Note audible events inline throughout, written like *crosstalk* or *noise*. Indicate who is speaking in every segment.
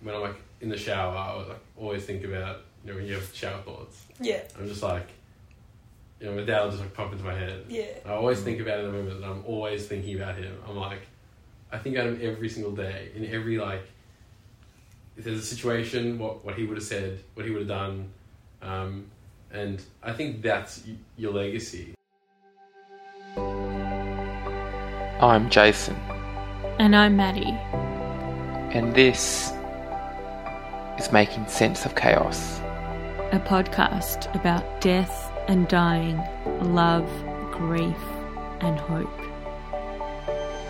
Speaker 1: when I'm like in the shower, I was, like always think about you know when you have shower thoughts.
Speaker 2: Yeah,
Speaker 1: I'm just like, you know, my dad will just like pop into my head.
Speaker 2: yeah.
Speaker 1: I always think about it in the moment, and I'm always thinking about him. I'm like, I think about him every single day in every like. If there's a situation, what what he would have said, what he would have done, um, and I think that's y- your legacy.
Speaker 3: I'm Jason,
Speaker 4: And I'm Maddie.
Speaker 3: and this is Making Sense of Chaos.
Speaker 4: a podcast about death and dying, love, grief, and hope.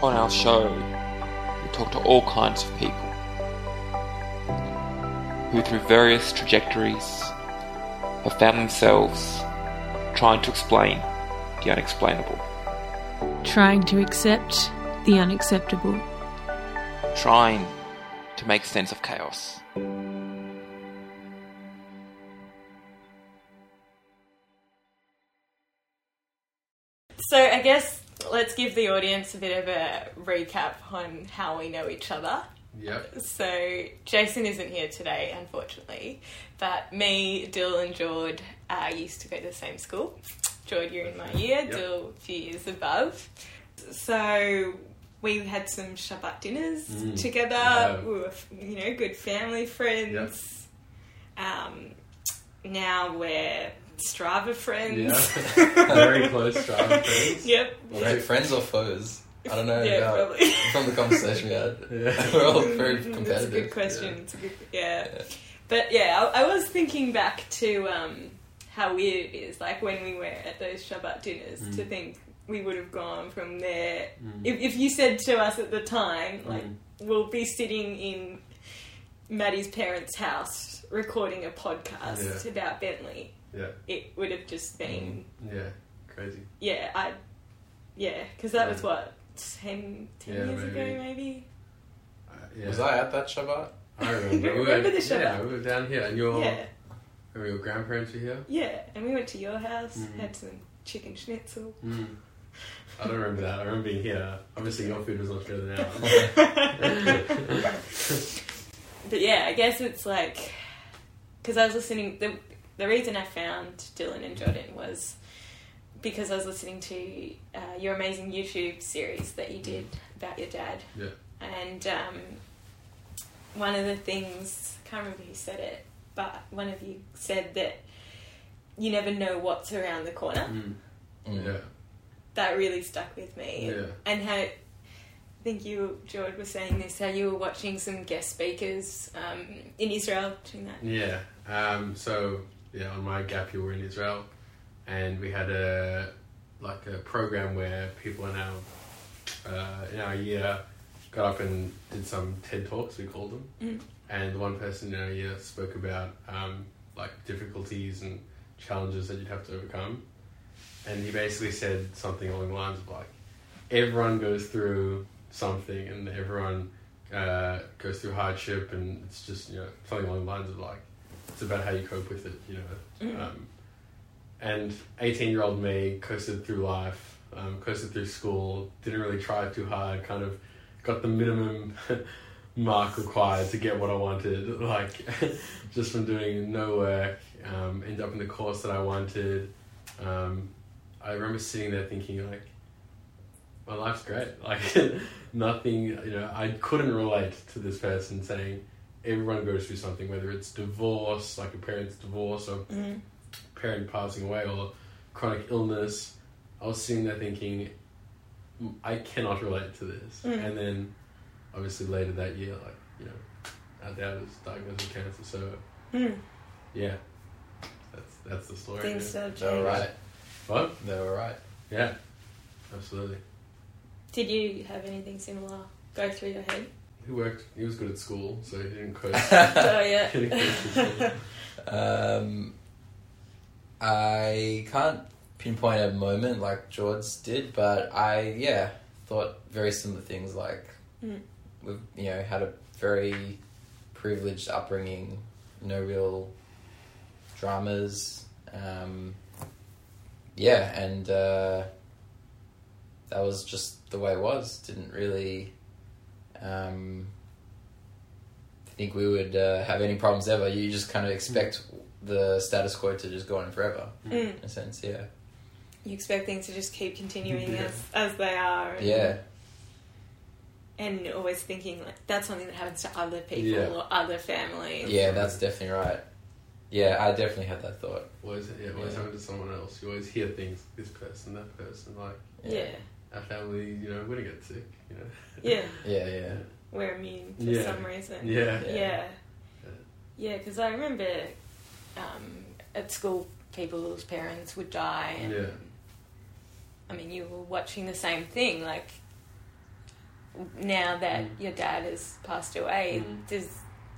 Speaker 3: On our show, we talk to all kinds of people who, through various trajectories, have found themselves trying to explain the unexplainable,
Speaker 4: Trying to accept the unacceptable.
Speaker 3: trying to make sense of chaos.
Speaker 2: So I guess let's give the audience a bit of a recap on how we know each other.
Speaker 1: Yep.
Speaker 2: So Jason isn't here today, unfortunately, but me, Dill, and Jord uh, used to go to the same school. Jord, you're in my year.
Speaker 1: Yep.
Speaker 2: Dill, a few years above. So we had some Shabbat dinners
Speaker 1: Mm,
Speaker 2: together.
Speaker 1: yeah.
Speaker 2: We were, you know, good family friends. Um, now we're Strava friends. *laughs*
Speaker 1: Yeah. Very close Strava friends.
Speaker 2: Yep.
Speaker 1: Well,
Speaker 5: Wait, friends or foes? I don't know.
Speaker 2: Yeah,
Speaker 5: about-
Speaker 2: probably.
Speaker 5: From the conversation we had,
Speaker 1: Yeah.
Speaker 2: *laughs*
Speaker 5: we're all very
Speaker 2: Mm,
Speaker 5: competitive.
Speaker 2: That's a
Speaker 5: yeah.
Speaker 2: good question. It's a good, yeah.
Speaker 5: Yeah.
Speaker 2: But yeah, I, I was thinking back to um, how weird it is, like when we were at those Shabbat dinners, to
Speaker 1: Mm.
Speaker 2: think we would have gone from there. If, if you said to us at the time, like,
Speaker 1: Mm.
Speaker 2: we'll be sitting in Maddie's parents' house recording a podcast
Speaker 1: Yeah.
Speaker 2: about Bentley,
Speaker 1: Yeah. Mm.
Speaker 2: it would have just been,
Speaker 1: Yeah. Crazy.
Speaker 2: yeah, I, yeah, because that was
Speaker 1: Yeah.
Speaker 2: what, 10, 10
Speaker 1: Yeah,
Speaker 2: years
Speaker 1: maybe.
Speaker 2: ago, maybe?
Speaker 1: Uh, *laughs* yeah.
Speaker 5: Was I at that Shabbat?
Speaker 1: I remember.
Speaker 2: You
Speaker 1: we
Speaker 2: remember
Speaker 1: were,
Speaker 2: the show?
Speaker 1: Yeah, we were down here, and your
Speaker 2: Yeah.
Speaker 1: and your grandparents were here.
Speaker 2: Yeah, and we went to your house,
Speaker 1: Mm.
Speaker 2: had some chicken schnitzel.
Speaker 1: Mm. I don't remember that. I remember being here. Obviously, your food was much better than
Speaker 2: *laughs*
Speaker 1: ours. *laughs*
Speaker 2: but yeah, I guess it's like because I was listening. The, the reason I found Dylan and Jordan was because I was listening to uh, your amazing YouTube series that you did about your dad.
Speaker 1: Yeah.
Speaker 2: And um, one of the things I can't remember who said it, but one of you said that you never know what's around the corner.
Speaker 1: Mm.
Speaker 5: Mm.
Speaker 1: Yeah.
Speaker 2: that really stuck with me.
Speaker 1: Yeah.
Speaker 2: And how I think you, George, was saying this how you were watching some guest speakers um, in Israel doing that.
Speaker 1: Yeah. Um, so yeah, on my gap year, we were in Israel, and we had a like a program where people in our uh, in our year got up and did some TED talks. We called them,
Speaker 2: Mm.
Speaker 1: and the one person in our year spoke about um, like difficulties and challenges that you'd have to overcome, and he basically said something along the lines of like, everyone goes through something, and everyone uh, goes through hardship, and it's just you know something along the lines of like it's about how you cope with it, you know.
Speaker 2: Mm.
Speaker 1: Um, and eighteen-year-old me coasted through life, um, coasted through school, didn't really try too hard, kind of got the minimum *laughs* mark required to get what I wanted, *laughs* like just from doing no work, um, end up in the course that I wanted. Um, I remember sitting there thinking like, my life's great, *laughs* like. nothing you know i couldn't relate to this person saying everyone goes through something whether it's divorce like a parent's divorce or
Speaker 2: Mm.
Speaker 1: parent passing away or chronic illness i was sitting there thinking "M- i cannot relate to this
Speaker 2: Mm.
Speaker 1: and then obviously later that year like you know our dad was diagnosed with cancer so
Speaker 2: Mm.
Speaker 1: yeah that's that's the story
Speaker 2: Things
Speaker 1: yeah.
Speaker 2: still change.
Speaker 5: They were right.
Speaker 1: what
Speaker 5: They were right.
Speaker 1: yeah absolutely
Speaker 2: Did you have anything similar go through your
Speaker 1: *laughs*
Speaker 2: head?
Speaker 1: he worked he was good at school so he didn't
Speaker 5: *laughs*
Speaker 1: coach
Speaker 2: oh *laughs*
Speaker 1: Kidding, Hmm.
Speaker 2: yeah.
Speaker 1: kidding.
Speaker 5: Um, I can't pinpoint a moment like George did, but I yeah thought very similar things. Like
Speaker 2: Mm.
Speaker 5: we've you know had a very privileged upbringing, no real dramas. Um, yeah, and uh, that was just the way it was. Didn't really um, think we would uh, have any problems ever. You just kind of expect the status quo to just go on forever,
Speaker 2: Mm.
Speaker 5: in a sense. Yeah,
Speaker 2: You expect things to just keep continuing
Speaker 1: Yeah.
Speaker 2: as, as they are. And,
Speaker 5: yeah,
Speaker 2: And always thinking like that's something that happens to other people
Speaker 1: Yeah.
Speaker 2: or other families.
Speaker 5: yeah. That's definitely right. Yeah, I definitely had that thought.
Speaker 1: Always, yeah, always
Speaker 5: Yeah.
Speaker 1: happen to someone else. You always hear things. This person, that person, like
Speaker 2: Yeah.
Speaker 1: our family. You know, we're gonna get sick. You know.
Speaker 2: Yeah.
Speaker 5: yeah, yeah.
Speaker 2: We're immune for
Speaker 1: Yeah.
Speaker 2: some reason.
Speaker 1: Yeah.
Speaker 5: Yeah.
Speaker 2: Yeah. Yeah, because I remember um, at school, people's parents would die. And,
Speaker 1: Yeah.
Speaker 2: I mean, you were watching the same thing. Like, now that
Speaker 1: Mm.
Speaker 2: your dad has passed away,
Speaker 1: Mm.
Speaker 2: does,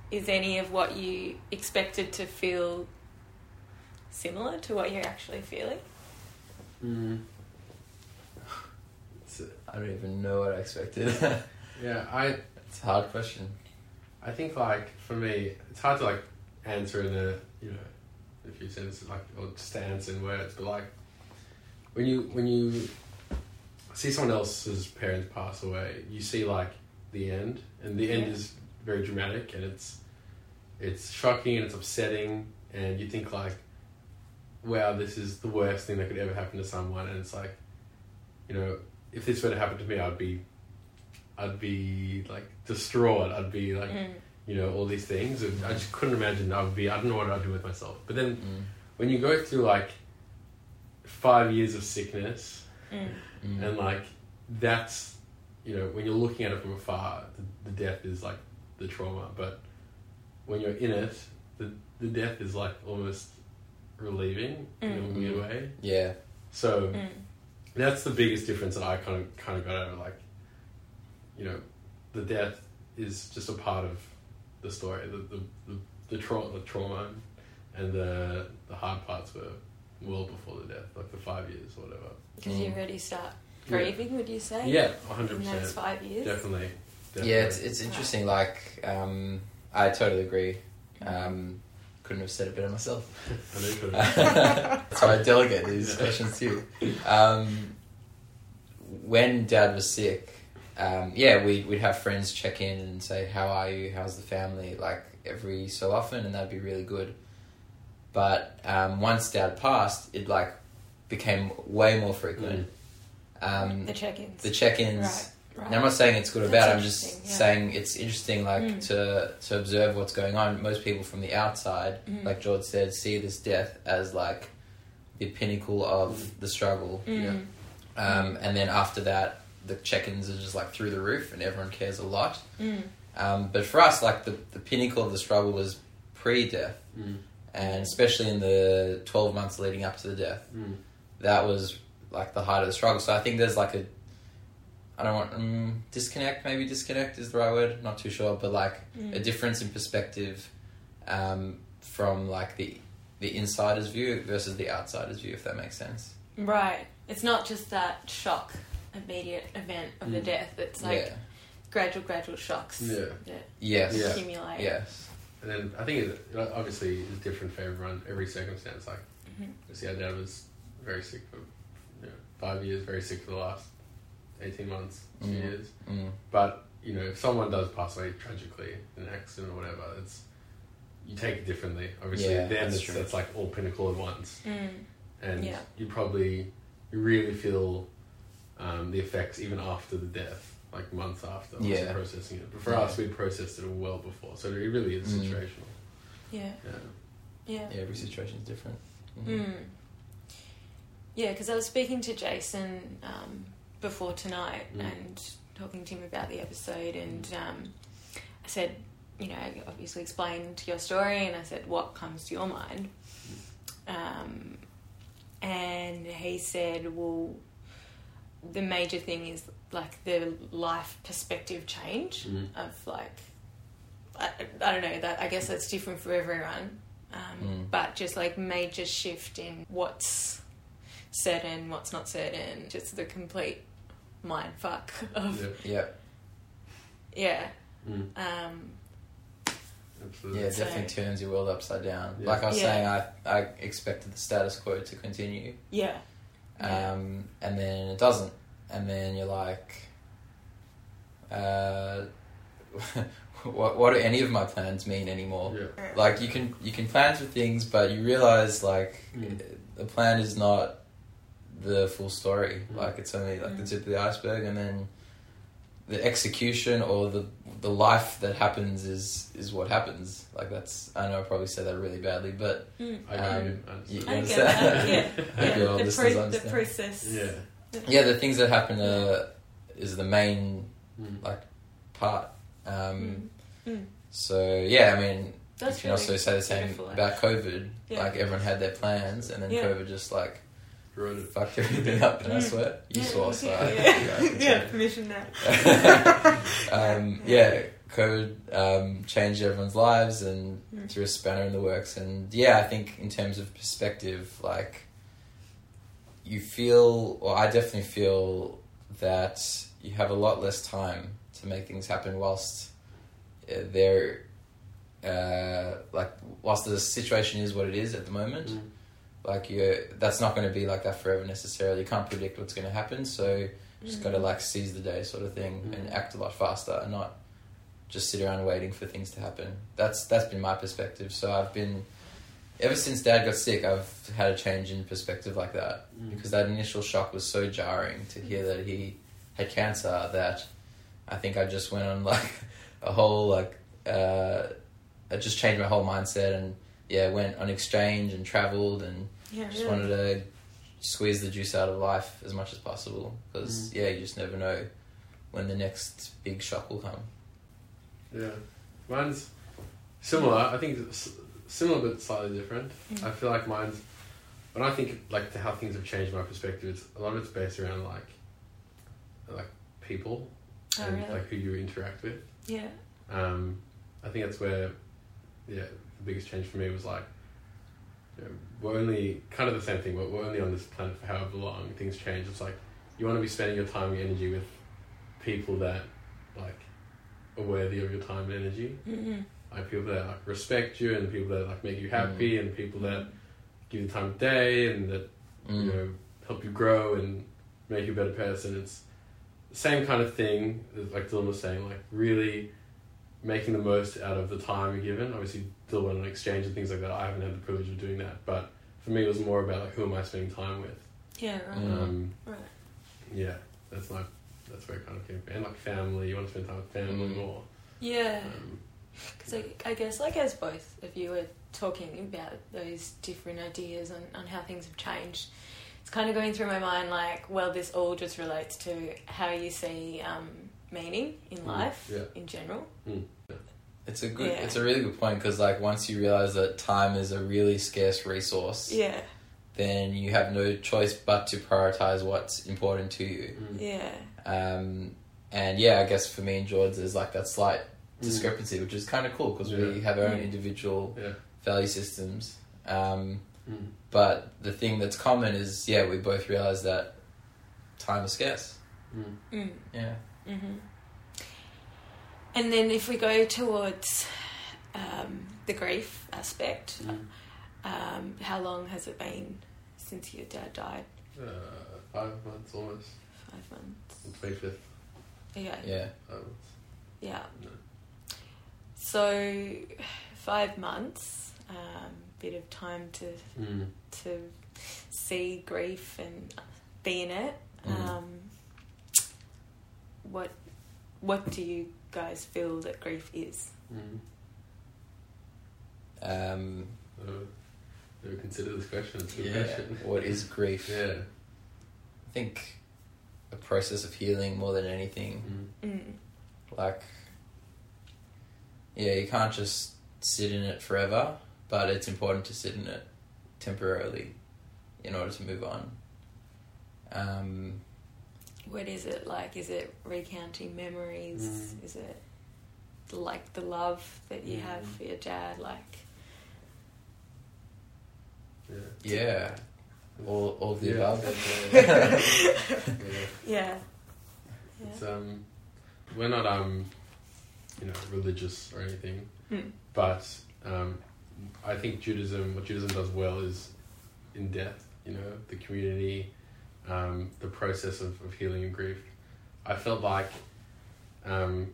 Speaker 2: is any of what you expected to feel similar to what you're actually feeling?
Speaker 1: Mm. It's,
Speaker 5: I don't even know what I expected. *laughs*
Speaker 1: yeah, I
Speaker 5: it's a hard question.
Speaker 1: I think like for me, it's hard to like answer in a you know a few sentences like or just to answer in words, but like when you when you see someone else's parents pass away, you see like the end, and the end
Speaker 2: Yeah.
Speaker 1: is very dramatic, and it's it's shocking and it's upsetting, and you think like, wow, this is the worst thing that could ever happen to someone, and it's like, you know, if this were to happen to me, I'd be. I'd be like distraught. I'd be like
Speaker 2: Mm.
Speaker 1: you know, all these things. And I just couldn't imagine I would be, I don't know what I'd do with myself. But then
Speaker 5: Mm.
Speaker 1: when you go through like five years of sickness
Speaker 2: Mm.
Speaker 5: Mm.
Speaker 1: and like that's, you know, when you're looking at it from afar, the, the death is like the trauma. But when you're in it, the, the death is like almost relieving in a
Speaker 2: Mm.
Speaker 1: weird way.
Speaker 5: yeah,
Speaker 1: So
Speaker 2: Mm.
Speaker 1: that's the biggest difference that I kind of kind of got over. Like, you know, the death is just a part of the story. The the the, the, tra- the trauma and the the hard parts were well before the death, like the five years or whatever.
Speaker 2: Because you already start
Speaker 1: Mm. Yeah.
Speaker 2: grieving, would you say?
Speaker 1: Yeah, one hundred
Speaker 2: In those
Speaker 1: percent,
Speaker 2: five years?
Speaker 1: definitely. definitely.
Speaker 5: yeah. It's it's interesting. Like, um, I totally agree. Um, couldn't have said it better myself.
Speaker 1: I know you could've-
Speaker 5: *laughs* That's why I delegate these
Speaker 1: Yeah.
Speaker 5: questions to you. Um, when Dad was sick, um, yeah, we, we'd have friends check in and say, "How are you? How's the family?" Like every so often, and that'd be really good. But um, once Dad passed, it like became way more frequent. Um,
Speaker 2: Mm. The check ins.
Speaker 5: the check-ins.
Speaker 2: right.
Speaker 5: And I'm not saying it's good or
Speaker 2: That's
Speaker 5: bad. I'm just
Speaker 2: interesting, yeah.
Speaker 5: saying it's interesting, like
Speaker 2: Mm.
Speaker 5: to to observe what's going on. Most people from the outside,
Speaker 2: Mm.
Speaker 5: like George said, see this death as like the pinnacle of the struggle,
Speaker 2: Mm.
Speaker 1: Yeah.
Speaker 5: um, and then after that, the check-ins are just like through the roof, and everyone cares a lot.
Speaker 2: Mm.
Speaker 5: Um, but for us, like the the pinnacle of the struggle was pre-death,
Speaker 1: Mm.
Speaker 5: and especially in the twelve months leading up to the death
Speaker 1: Mm.
Speaker 5: that was like the height of the struggle. So I think there's like a, I don't want um, disconnect. Maybe disconnect is the right word. Not too sure, but like
Speaker 2: Mm.
Speaker 5: a difference in perspective um, from like the the insider's view versus the outsider's view, if that makes sense.
Speaker 2: Right. It's not just that shock, immediate event of the
Speaker 1: Mm.
Speaker 2: death. It's like
Speaker 5: yeah.
Speaker 2: gradual, gradual shocks
Speaker 1: Yeah.
Speaker 2: that
Speaker 5: Yes.
Speaker 1: Yeah.
Speaker 2: accumulate.
Speaker 5: Yes.
Speaker 1: And then I think it it obviously is different for everyone, every circumstance. Like,
Speaker 2: Mhm.
Speaker 1: see, our dad was very sick for you know, five years, very sick for the last 18 months, two
Speaker 5: Mm.
Speaker 1: years.
Speaker 5: Mm.
Speaker 1: But, you know, if someone does pass away tragically in an accident or whatever, it's you take it differently. Obviously,
Speaker 5: Yeah,
Speaker 1: then
Speaker 5: that's
Speaker 1: it's,
Speaker 5: true.
Speaker 1: that's like all pinnacle at once.
Speaker 2: Mm.
Speaker 1: And
Speaker 2: Yeah.
Speaker 1: you probably you really feel um, the effects even after the death, like months after, once
Speaker 5: Yeah.
Speaker 1: you're processing it. But for
Speaker 5: Yeah.
Speaker 1: us, we processed it well before. So it really is
Speaker 5: Mm.
Speaker 1: situational.
Speaker 2: Yeah.
Speaker 1: Yeah.
Speaker 2: Yeah.
Speaker 5: Yeah. Every situation's different.
Speaker 2: Mm. Yeah, because I was speaking to Jason um, before tonight
Speaker 1: Mm.
Speaker 2: and talking to him about the episode, and um, I said, you know, I obviously explained your story, and I said, what comes to your mind?
Speaker 1: Mm.
Speaker 2: Um, and he said, well, the major thing is like the life perspective change
Speaker 1: Mm.
Speaker 2: of like I, I don't know that I guess that's different for everyone um,
Speaker 5: Mm.
Speaker 2: but just like major shift in what's certain what's not certain just the complete mind fuck of
Speaker 1: Yeah,
Speaker 5: Yeah.
Speaker 2: yeah,
Speaker 1: Mm.
Speaker 2: um,
Speaker 1: absolutely.
Speaker 5: Yeah. It
Speaker 2: So-
Speaker 5: definitely turns your world upside down.
Speaker 1: Yeah.
Speaker 5: Like I was
Speaker 2: Yeah.
Speaker 5: saying, I I expected the status quo to continue.
Speaker 2: yeah Yeah.
Speaker 5: um, and then it doesn't, and then you're like, uh, *laughs* what what do any of my plans mean anymore?
Speaker 1: Yeah.
Speaker 5: Like you can you can plan for things, but you realize like
Speaker 1: Mm.
Speaker 5: the plan is not the full story.
Speaker 1: Mm.
Speaker 5: Like it's only like the
Speaker 2: Mm.
Speaker 5: tip of the iceberg, and then the execution or the the life that happens is is what happens. Like that's I know I probably said that really badly, but
Speaker 1: I
Speaker 5: Um,
Speaker 1: do. I understand.
Speaker 5: you
Speaker 2: I get
Speaker 5: understand?
Speaker 2: that. Yeah,
Speaker 5: I
Speaker 2: yeah.
Speaker 5: get all
Speaker 2: The,
Speaker 5: this
Speaker 2: pro- the
Speaker 5: understand.
Speaker 2: process.
Speaker 1: *laughs* Yeah.
Speaker 5: *laughs* yeah, the things that happen uh, is the main
Speaker 1: Mm.
Speaker 5: part. Um,
Speaker 2: Mm. Mm.
Speaker 5: So yeah, I mean,
Speaker 2: That's
Speaker 5: you can
Speaker 2: really
Speaker 5: also say the same
Speaker 2: beautiful,
Speaker 5: about COVID.
Speaker 2: Yeah.
Speaker 5: Like everyone had their plans, and then
Speaker 2: Yeah.
Speaker 5: COVID just like
Speaker 1: Ruin it.
Speaker 5: fucked everything up. And I
Speaker 2: Mm.
Speaker 5: swear, you
Speaker 2: Yeah,
Speaker 5: saw,
Speaker 2: *laughs*
Speaker 5: so I-
Speaker 2: yeah,
Speaker 5: *laughs* you know,
Speaker 2: yeah, permission now.
Speaker 5: *laughs* so, um, yeah, COVID um, changed everyone's lives and
Speaker 2: Mm.
Speaker 5: threw a spanner in the works. And yeah, I think in terms of perspective, like you feel, or I definitely feel that you have a lot less time to make things happen whilst uh, they're uh, like whilst the situation is what it is at the moment
Speaker 1: Mm.
Speaker 5: like you that's not going to be like that forever necessarily you can't predict what's going to happen so you just got to like seize the day sort of thing
Speaker 1: Mm.
Speaker 5: and act a lot faster and not just sit around waiting for things to happen that's that's been my perspective so i've been ever since dad got sick i've had a change in perspective like that
Speaker 1: Mm.
Speaker 5: because that initial shock was so jarring to hear that he had cancer that i think i just went on *laughs* like a whole like uh i just changed my whole mindset and yeah went on exchange and traveled and
Speaker 2: Yeah,
Speaker 5: just wanted to squeeze the juice out of life as much as possible because yeah you just never know when the next big shock will come
Speaker 1: Yeah, mine's similar. I think it's s- similar but slightly different.
Speaker 2: Mm.
Speaker 1: I feel like mine's when I think like to how things have changed my perspective. It's a lot of it's based around like like people
Speaker 2: Oh,
Speaker 1: and
Speaker 2: really?
Speaker 1: like who you interact with.
Speaker 2: yeah,
Speaker 1: Um, I think that's where, yeah, the biggest change for me was like, you know, we're only kind of the same thing. We're, we're only on this planet for however long. Things change. It's like you want to be spending your time and energy with people that like are worthy of your time and energy.
Speaker 2: mm
Speaker 1: Like people that like respect you and people that like make you happy and people that give you the time of day and that
Speaker 5: Mm.
Speaker 1: you know help you grow and make you a better person it's the same kind of thing as, like Dylan was saying like really making the most out of the time you're given obviously Dylan went on exchange and things like that I haven't had the privilege of doing that but for me it was more about like who am I spending time with
Speaker 2: yeah, right,
Speaker 5: Mm.
Speaker 1: um,
Speaker 2: right.
Speaker 1: yeah that's my that's where it kind of came from and like family you want to spend time with family
Speaker 5: Mm.
Speaker 1: more
Speaker 2: Yeah,
Speaker 1: um,
Speaker 2: because I, I guess, like, as both of you were talking about those different ideas on, on how things have changed, it's kind of going through my mind like, well, this all just relates to how you see um, meaning in
Speaker 1: Mm,
Speaker 2: life
Speaker 1: yeah.
Speaker 2: in general.
Speaker 5: it's a good
Speaker 2: Yeah.
Speaker 5: it's a really good point because like once you realize that time is a really scarce resource
Speaker 2: Yeah,
Speaker 5: then you have no choice but to prioritize what's important to you
Speaker 1: mm,
Speaker 2: yeah,
Speaker 5: um, and yeah i guess for me and george there's like that slight
Speaker 1: Mm.
Speaker 5: discrepancy which is kind of cool because we
Speaker 1: Yeah.
Speaker 5: have our own
Speaker 2: Mm.
Speaker 5: individual
Speaker 1: Yeah.
Speaker 5: value systems um,
Speaker 1: mm,
Speaker 5: But the thing that's common is, yeah, we both realize that time is scarce.
Speaker 1: mm.
Speaker 2: mm,
Speaker 5: Yeah.
Speaker 2: hmm And then if we go towards um, the grief aspect,
Speaker 1: Mm.
Speaker 2: um, how long has it been since your dad died?
Speaker 1: Uh, five months almost
Speaker 2: Five months.
Speaker 1: three fifth
Speaker 2: Yeah.
Speaker 5: Yeah.
Speaker 1: um,
Speaker 2: Yeah.
Speaker 1: No.
Speaker 2: So, five months, um, bit of time to
Speaker 1: mm,
Speaker 2: to see grief and be in it.
Speaker 5: Mhm.
Speaker 1: Mm-hmm.
Speaker 2: Um, what what do you guys feel that grief is?
Speaker 1: mm.
Speaker 5: Um,
Speaker 1: Uh, never consider this question. It's a good
Speaker 5: yeah.
Speaker 1: question.
Speaker 5: What is grief?
Speaker 1: Yeah.
Speaker 5: I think a process of healing more than anything.
Speaker 1: Mm.
Speaker 2: Mm.
Speaker 5: Like, yeah, you can't just sit in it forever, but it's important to sit in it temporarily in order to move on. Um,
Speaker 2: What is it like? Is it recounting memories?
Speaker 1: Mm.
Speaker 2: Is it like the love that you have
Speaker 1: Mm.
Speaker 2: for your dad? Like,
Speaker 1: Yeah.
Speaker 5: yeah. All, all of the
Speaker 1: Yeah.
Speaker 5: above.
Speaker 2: *laughs*
Speaker 1: yeah. *laughs* Yeah.
Speaker 2: yeah, yeah.
Speaker 1: It's, um, we're not um, you know, religious or anything,
Speaker 2: Mm.
Speaker 1: but um, I think Judaism, what Judaism does well is in death. You know, the community, um, the process of, of healing and grief. I felt like um,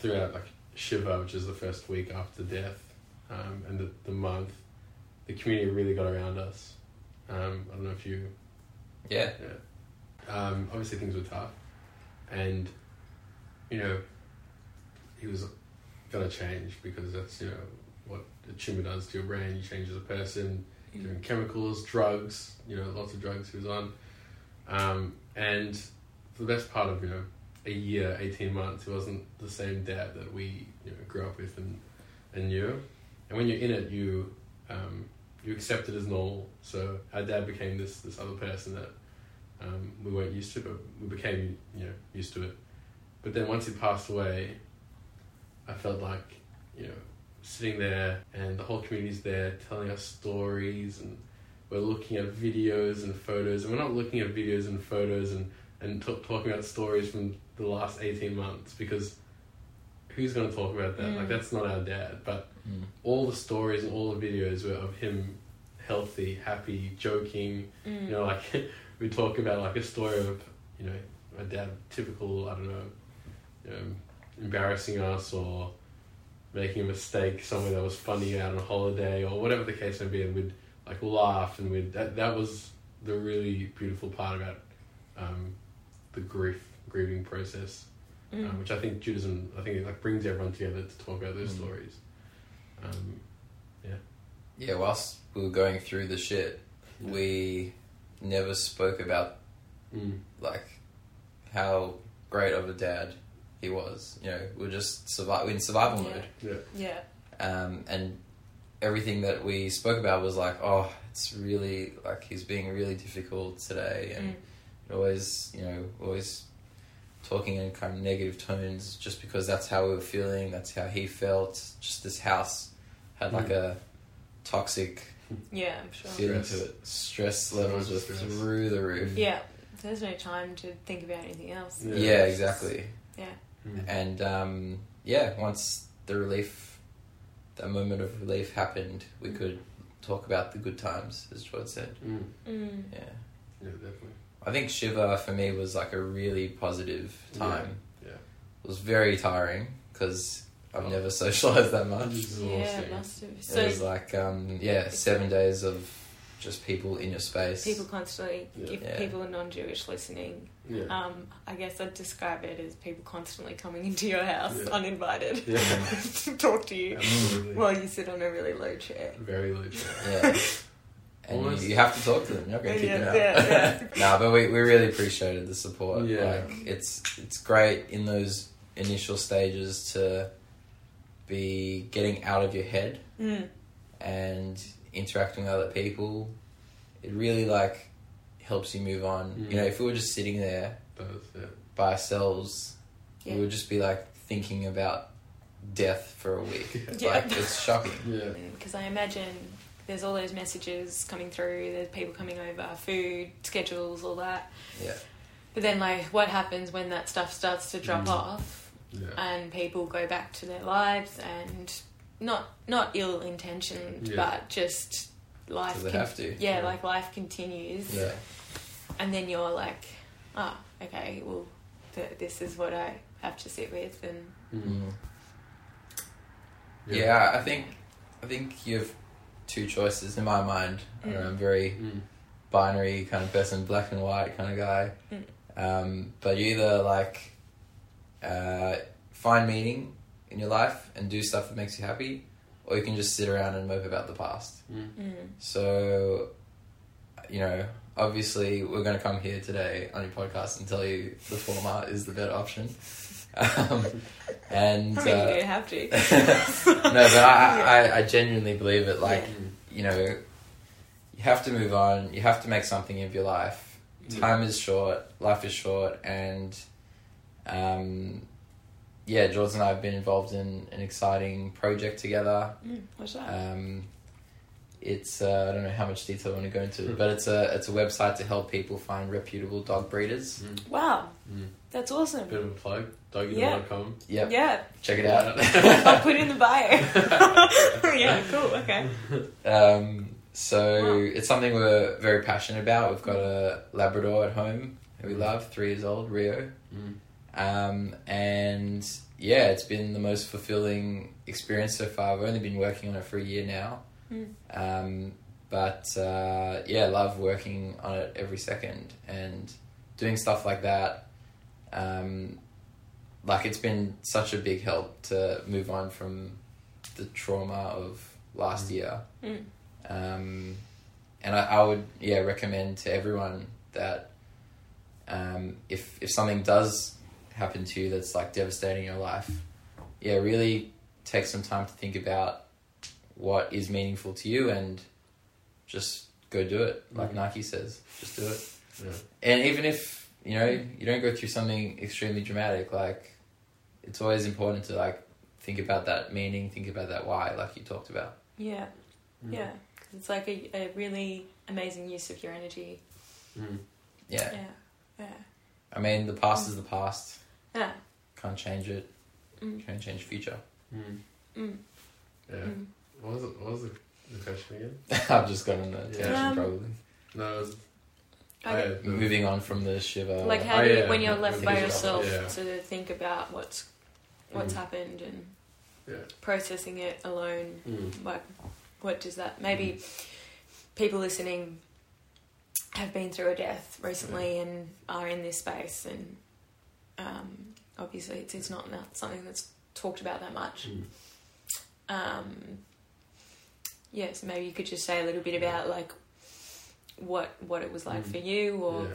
Speaker 1: throughout like Shiva, which is the first week after death, um, and the, the month, the community really got around us. Um, I don't know if you
Speaker 5: Yeah.
Speaker 1: um, obviously things were tough, and you know he was gonna change because that's you know what a tumor does to your brain. You change as a person, doing chemicals, drugs, you know, lots of drugs he was on, um, and for the best part of you know a year, eighteen months, he wasn't the same dad that we you know grew up with and and knew, and when you're in it, you um, you accept it as normal. So our dad became this this other person that um, we weren't used to, but we became you know used to it. But then once he passed away, I felt like you know sitting there and the whole community's there telling us stories and we're looking at videos and photos and we're not looking at videos and photos and and t- talking about stories from the last 18 months because who's going to talk about that
Speaker 2: Mm.
Speaker 1: like that's not our dad but
Speaker 5: Mm.
Speaker 1: all the stories and all the videos were of him healthy happy joking
Speaker 2: Mm.
Speaker 1: you know, like *laughs* we talk about like a story of you know my dad typical I don't know, um, embarrassing us or making a mistake somewhere that was funny out on a holiday or whatever the case may be, and we'd like laugh and we'd that that was the really beautiful part about um, the grief grieving process,
Speaker 2: Mm.
Speaker 1: um, which I think Judaism I think it like brings everyone together to talk about those
Speaker 5: Mm.
Speaker 1: stories. Um,
Speaker 5: Yeah, whilst we were going through the shit, we never spoke about
Speaker 1: mm,
Speaker 5: like how great of a dad he was. You know, we we're just survive we're in survival
Speaker 2: Yeah.
Speaker 5: mode.
Speaker 2: yeah.
Speaker 5: um, and everything that we spoke about was like, oh, it's really like he's being really difficult today,
Speaker 2: Mm.
Speaker 5: and always you know always talking in kind of negative tones, just because that's how we were feeling, that's how he felt. Just this house had like a toxic
Speaker 2: Yeah, I'm sure.
Speaker 5: feeling
Speaker 1: Mm. Stress.
Speaker 5: to it. Stress
Speaker 1: So
Speaker 5: levels
Speaker 1: much
Speaker 5: were
Speaker 1: stress.
Speaker 5: through the roof.
Speaker 2: Yeah. There's no time to think about anything else.
Speaker 1: Yeah.
Speaker 5: Yeah, exactly.
Speaker 1: Mm.
Speaker 5: And um, yeah, once the relief, that moment of relief happened,
Speaker 2: Hmm.
Speaker 5: we could talk about the good times, as George said.
Speaker 1: Mm.
Speaker 2: Mm.
Speaker 5: Yeah.
Speaker 1: Yeah, definitely.
Speaker 5: I think Shiva for me was like a really positive time.
Speaker 1: Yeah, yeah.
Speaker 5: It was very tiring because I've never *laughs* socialized that much.
Speaker 1: Mm-hmm.
Speaker 2: Yeah,
Speaker 1: Exhausting.
Speaker 2: must have.
Speaker 5: it
Speaker 2: So
Speaker 5: was like, um, yeah, seven days of just people in your space.
Speaker 2: people constantly,
Speaker 1: Yeah.
Speaker 2: if
Speaker 5: Yeah.
Speaker 2: people are non-Jewish listening,
Speaker 1: Yeah.
Speaker 2: um, I guess I'd describe it as people constantly coming into your house
Speaker 1: Yeah.
Speaker 2: uninvited
Speaker 1: Yeah,
Speaker 2: *laughs* to talk to you
Speaker 1: absolutely.
Speaker 2: while you sit on a really low chair.
Speaker 1: Very legit.
Speaker 2: *laughs*
Speaker 5: Yeah. And you,
Speaker 1: Almost-
Speaker 5: you have to talk to them. You're not going to kick
Speaker 2: Yeah,
Speaker 5: them out.
Speaker 2: yeah,
Speaker 5: *laughs* nah, but we, we really appreciated the support.
Speaker 1: Yeah.
Speaker 5: Like it's it's great in those initial stages to be getting out of your head
Speaker 2: Mm.
Speaker 5: and interacting with other people. It really like helps you move on.
Speaker 1: Mm.
Speaker 5: You know, if we were just sitting there
Speaker 1: That was it.
Speaker 5: by ourselves,
Speaker 2: Yeah.
Speaker 5: we would just be like thinking about death for a week.
Speaker 2: Yeah.
Speaker 5: Like it's shocking.
Speaker 1: Yeah.
Speaker 2: Because I imagine there's all those messages coming through, there's people coming over, food, schedules, all that.
Speaker 5: Yeah.
Speaker 2: But then, like, what happens when that stuff starts to drop
Speaker 1: Mm.
Speaker 2: off
Speaker 1: Yeah.
Speaker 2: and people go back to their lives and not not ill intentioned,
Speaker 1: Yeah.
Speaker 2: but just life.
Speaker 5: Because they have to.
Speaker 2: Yeah,
Speaker 1: Yeah.
Speaker 2: like life continues,
Speaker 5: Yeah.
Speaker 2: and then you're like, ah, okay, well, th- this is what I have to sit with, and
Speaker 1: Mm.
Speaker 5: Mm. Yeah, I think I think you have two choices in my mind. I don't know, I'm a very
Speaker 1: Mm.
Speaker 5: binary kind of person, black and white kind of guy.
Speaker 2: Mm.
Speaker 5: Um, but you either like uh, find meaning in your life and do stuff that makes you happy, or you can just sit around and mope about the past.
Speaker 2: mm,
Speaker 5: So, you know, obviously we're going to come here today on your podcast and tell you the former is the better option. *laughs* Um,
Speaker 2: *laughs*
Speaker 5: and
Speaker 2: I mean,
Speaker 5: uh,
Speaker 2: you don't have to.
Speaker 5: *laughs* no, but I, I, I genuinely believe it. Like,
Speaker 1: Mm.
Speaker 5: you know, you have to move on. You have to make something of your life. Time is short. Life is short, and um, yeah, George and I have been involved in an exciting project together.
Speaker 2: Mm, what's that?
Speaker 5: Um, it's uh, I don't know how much detail I want to go into, but it's a it's a website to help people find reputable dog breeders.
Speaker 2: Wow,
Speaker 1: Mm.
Speaker 2: that's awesome.
Speaker 1: Bit of a plug. Doggy.com.
Speaker 5: Yep,
Speaker 2: Yeah,
Speaker 5: check it out.
Speaker 2: I'll put it in the bio. *laughs* yeah, cool. Okay.
Speaker 5: Mm. Um, so
Speaker 2: Wow.
Speaker 5: it's something we're very passionate about. We've got a Labrador at home that we love, three years old, Rio.
Speaker 1: Mm.
Speaker 5: Um, and yeah, it's been the most fulfilling experience so far. I've only been working on it for a year now.
Speaker 2: Mm.
Speaker 5: Um, but uh, yeah, I love working on it every second and doing stuff like that. Um, like, it's been such a big help to move on from the trauma of last year.
Speaker 2: Mm.
Speaker 5: Um, and I, I would, yeah, recommend to everyone that um, if, if something does happen to you that's like devastating your life, yeah, really take some time to think about what is meaningful to you and just go do it. Like
Speaker 1: Mhm.
Speaker 5: Nike says, just do it.
Speaker 1: Yeah.
Speaker 5: And even if, you know, you don't go through something extremely dramatic, like it's always important to like think about that meaning, think about that why, like you talked about.
Speaker 2: Yeah,
Speaker 5: Mm.
Speaker 2: yeah. 'Cause it's like a, a really amazing use of your energy.
Speaker 1: Mm.
Speaker 5: Yeah.
Speaker 2: Yeah, yeah.
Speaker 5: I mean, the
Speaker 2: Mm.
Speaker 5: past is the past.
Speaker 2: Yeah.
Speaker 5: Can't change it.
Speaker 2: Mm.
Speaker 5: Can't change future. *laughs*
Speaker 1: Mm.
Speaker 2: Mm.
Speaker 1: Yeah.
Speaker 2: Mm.
Speaker 1: What was it? What was the, the question again?
Speaker 5: I've just gotten a
Speaker 1: Yeah.
Speaker 5: tangent
Speaker 2: Um,
Speaker 5: probably.
Speaker 1: No, it was, I
Speaker 2: I get-
Speaker 1: had the-
Speaker 5: Moving on from the shiver.
Speaker 2: like how
Speaker 1: Oh,
Speaker 2: do you,
Speaker 1: yeah.
Speaker 2: when you're left
Speaker 5: Think
Speaker 2: by
Speaker 5: about-
Speaker 2: yourself
Speaker 1: yeah. Mm.
Speaker 2: to think about what's what's happened and
Speaker 1: Yeah.
Speaker 2: processing it alone.
Speaker 1: Mm.
Speaker 2: Like, what does that? Maybe people listening have been through a death recently and are in this space, and um, obviously it's it's not that, something that's talked about that much.
Speaker 1: Mm.
Speaker 2: Um, yeah, so maybe you could just say a little bit about like what what it was like
Speaker 1: Mm.
Speaker 2: for you, or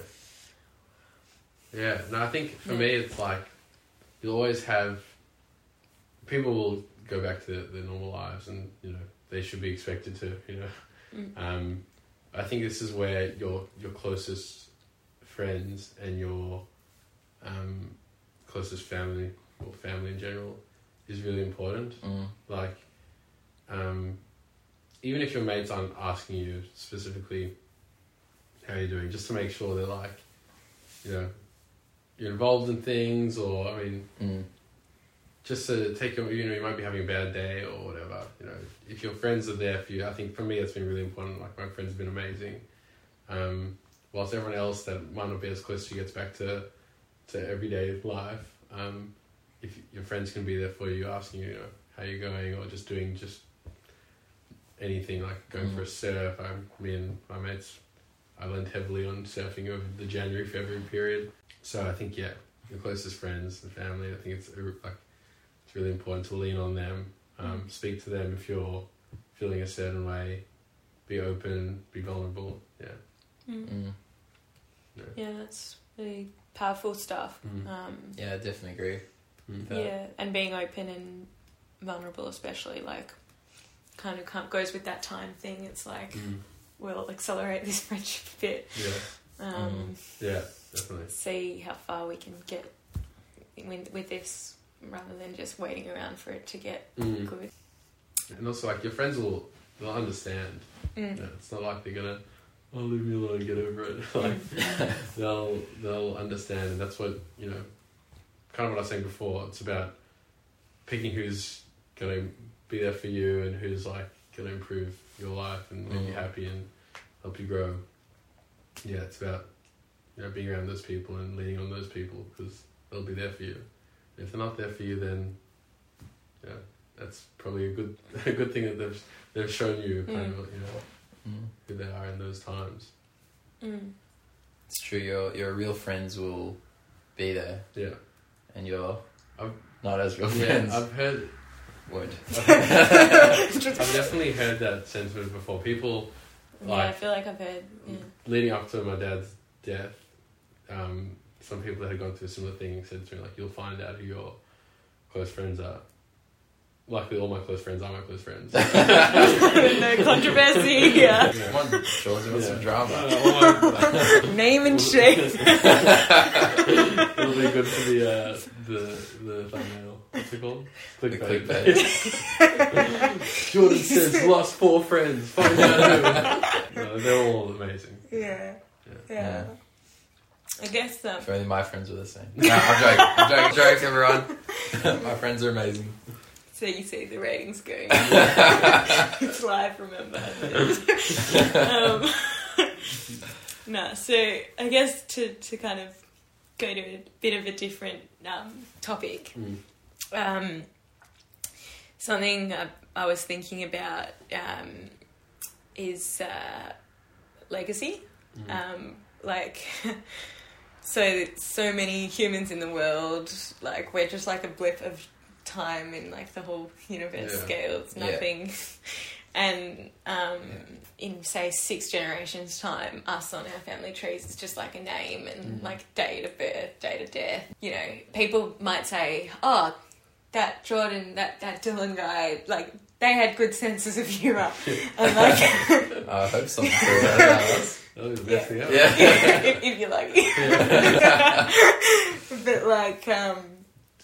Speaker 1: yeah. yeah no i think for
Speaker 2: Yeah.
Speaker 1: me it's like you'll always have people will go back to their, their normal lives and you know they should be expected to you know
Speaker 2: Mm.
Speaker 1: um, i think this is where your your closest friends and your um, closest family or family in general is really important
Speaker 5: Mm.
Speaker 1: like um, even if your mates aren't asking you specifically how you're doing just to make sure they're like you know you're involved in things or i mean
Speaker 5: Mm.
Speaker 1: just to take your you know you might be having a bad day or whatever you know if your friends are there for you i think for me it's been really important like my friends have been amazing um, whilst everyone else that might not be as close to you gets back to to everyday life um, if your friends can be there for you asking you, you know, how you're going or just doing just anything like going for a surf I, me and my mates i leaned heavily on surfing over the january february period so i think yeah your closest friends and family i think it's uh, like it's really important to lean on them um, speak to them if you're feeling a certain way be open be vulnerable yeah
Speaker 2: Mm.
Speaker 5: Mm.
Speaker 2: yeah, that's really powerful stuff.
Speaker 1: Mm.
Speaker 2: Um,
Speaker 5: Yeah, I definitely agree.
Speaker 1: Mm.
Speaker 5: Yeah.
Speaker 2: Yeah, and being open and vulnerable, especially like kind of com- goes with that time thing. It's like
Speaker 1: Mm.
Speaker 2: we'll accelerate this *laughs* friendship a bit,
Speaker 1: yeah
Speaker 2: um,
Speaker 1: yeah definitely
Speaker 2: see how far we can get with, with this, rather than just waiting around for it to get
Speaker 1: Mm.
Speaker 2: good.
Speaker 1: and also like your friends will they'll understand
Speaker 2: Mm.
Speaker 1: Yeah, it's not like they're gonna, oh, leave me alone, get over it. *laughs* like they'll they'll understand, and that's what you know. Kind of what I was saying before. It's about picking who's gonna be there for you and who's like gonna improve your life and make you
Speaker 5: Mm.
Speaker 1: happy and help you grow. Yeah, it's about you know being around those people and leaning on those people because they'll be there for you. If they're not there for you, then yeah, that's probably a good *laughs* a good thing that they've they've shown you kind
Speaker 2: Mm.
Speaker 1: of you know
Speaker 5: Mm.
Speaker 1: who they are in those times.
Speaker 2: Mm.
Speaker 5: It's true. Your your real friends will be there,
Speaker 1: Yeah.
Speaker 5: and your
Speaker 1: I've-
Speaker 5: not as real
Speaker 1: Yeah,
Speaker 5: friends
Speaker 1: I've
Speaker 5: *laughs*
Speaker 1: heard.
Speaker 5: would.
Speaker 1: I've definitely heard that sentiment before. People
Speaker 2: yeah, I
Speaker 1: Like-
Speaker 2: feel like I've heard. Yeah.
Speaker 1: leading up to my dad's death, um, some people that had gone through a similar thing said to me, like, you'll find out who your close friends are. Luckily, all my close friends are my close friends.
Speaker 2: *laughs* no controversy *laughs* here.
Speaker 1: *laughs* Yeah.
Speaker 5: Come on, George, what's some
Speaker 1: Yeah.
Speaker 5: drama?
Speaker 1: Uh, all my-
Speaker 2: Name and shame.
Speaker 1: it'll be good for the uh, the the thumbnail. What's it called?
Speaker 5: The
Speaker 1: Clickbait.
Speaker 5: clickbait.
Speaker 1: Jordan says lost four friends. Find out who. No, they're all amazing.
Speaker 2: Yeah. Yeah. I guess um,
Speaker 5: if only my friends were the same. No, I'm joking. I'm joking.
Speaker 2: *laughs*
Speaker 5: Jokes, everyone. my friends are amazing.
Speaker 2: So you see the ratings going. it's live, remember.
Speaker 1: *laughs*
Speaker 2: um, *laughs* no, so I guess to, to kind of go to a bit of a different um, topic.
Speaker 1: Mm.
Speaker 2: um, something I, I was thinking about um, is uh, legacy.
Speaker 1: Mm-hmm.
Speaker 2: Um, like, *laughs* so so many humans in the world. Like, we're just like a blip of time in like the whole universe
Speaker 1: Yeah.
Speaker 2: scale. It's
Speaker 5: Yeah.
Speaker 2: nothing. *laughs* And um, in say six generations' time, us on our family trees is just like a name and like date of birth, date of death. You know, people might say, "Oh, that Jordan, that that Dylan guy, like they had good senses of humor." and like,
Speaker 5: I hope someone saw that.
Speaker 1: That was the best thing ever.
Speaker 5: Yeah.
Speaker 2: if, *laughs* if you're lucky. *laughs* but like, um,